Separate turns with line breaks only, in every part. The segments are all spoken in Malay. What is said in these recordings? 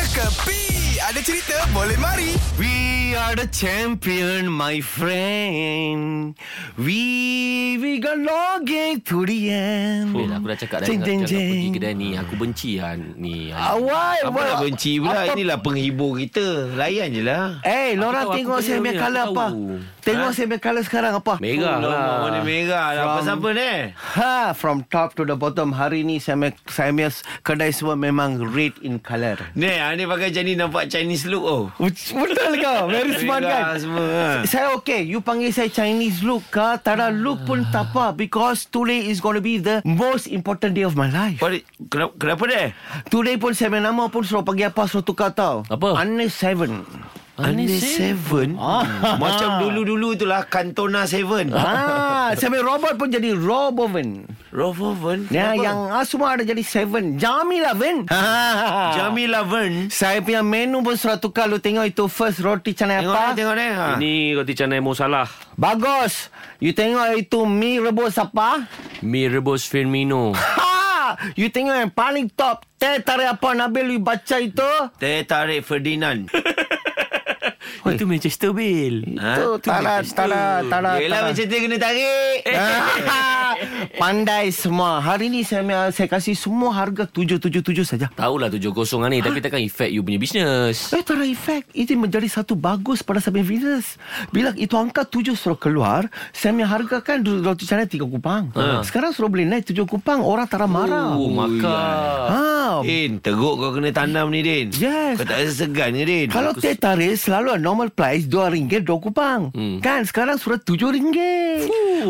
Kepi Ada cerita boleh mari
We are the champion, my friend. We we got login to the end.
Weh, lah,
Hmm.
aku dah cakap dah
Jeng, jeng,
jangan, jangan pergi
jeng.
kedai ni. Aku benci han ni.
Ah, why?
Apa
Why?
nak benci pula
Apa-
Inilah penghibur kita Layan je lah
Eh,
Aku
Lorang
tahu, aku
tengok
tahu
saya
ni,
punya
aku
colour
tahu.
apa. Tengok
Ha?
saya punya colour sekarang apa.
Merah
Tolong,
lah
Mama
Warna
ni.
merah lah
From-
Pasal apa ni
Ha, from top to the bottom hari ni saya punya- saya punya kedai semua memang red in colour.
Ni ah, ni pakai macam ni Nampak Chinese look oh
Betul kau Very smart kan
Merah semua, ha.
Saya okay You panggil saya Chinese look ke Tak ada look pun tak apa Because today is going to be The most important day of my life
What, kenapa, kenapa deh?
Today pun saya main nama pun Suruh panggil apa Suruh tukar tau
Apa?
Anis Seven
Anis Seven Hmm.
Ah.
Macam dulu-dulu tu lah Cantona Seven
Ah, saya main robot pun jadi Roboven
Rovoven
Ya,
Kenapa?
yang ah, semua ada jadi Seven Jamila Ven
Ha? Jamila Vern
Saya punya menu pun suruh tukar Lu tengok itu first roti canai
Tengok
apa
ni Tengok ni ha.
Ini roti canai Mosalah.
Bagus You tengok itu mi rebus apa
Mi rebus Firmino.
Ha! You tengok yang paling top Teh tarik apa Nabil You baca itu
Teh tarik Ferdinand
Oh, itu Manchester Bill.
Ha?
Itu Tara Tara Tara
Yelah macam tu kena tarik
Pandai semua Hari ni saya saya kasih semua harga 777 saja
Tahulah tu kosong ni tapi takkan efek you punya bisnes.
Eh tak ada efek Itu menjadi satu bagus pada saya punya business Bila itu angka tujuh suruh keluar Saya punya harga kan du- Roti canai tiga kupang Sekarang suruh beli naik tujuh kupang Orang tak ada marah
Oh,
ya.
maka.
ha,
Din teruk kau kena tanam ni Din
Yes.
Kau tak rasa segan ke Din
Kalau teh tarik selalu normal price RM2, RM2 hmm. Kan sekarang surat RM7 Orang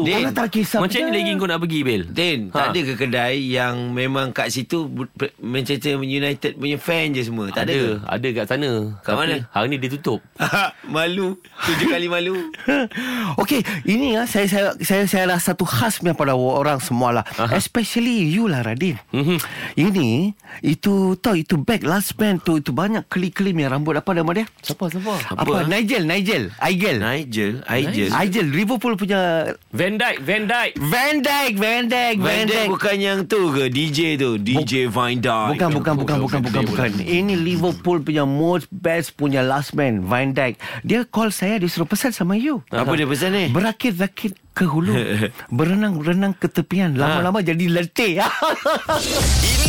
Din,
tak kisah
Macam ni lagi kau nak pergi Bill?
Din
Ha.
ha. tak ada ke kedai yang memang kat situ bu- pe- Manchester United punya fan je semua Tak ada,
ada, ada kat sana.
Kat
Tapi
mana?
Hari ni dia tutup.
ke? malu Tujuh kali malu
Okey Ini lah saya, saya, saya, saya ada satu khas punya pada orang semua lah Especially you lah Radin
Mhm.
mm-hmm. Ini Itu tahu itu bag last man tu Itu banyak keli-keli punya rambut Apa nama dia?
Siapa siapa?
Apa?
eh?
Nigel Nigel Igel
Nigel Nigel
Igel Liverpool punya
Van Dijk, Van Dijk.
Van Dijk Van Dijk Van
Van Dijk
Dijk
bukan yang tu ke DJ tu DJ Van Dijk
Bukan, bukan, bukan, bukan, bukan, bukan. Ini Liverpool punya most best punya last man, Van Dijk. Dia call saya, dia suruh pesan sama you.
Apa dia pesan ni?
Berakit-rakit ke hulu. Berenang-renang ke tepian. Lama-lama jadi letih.
Ini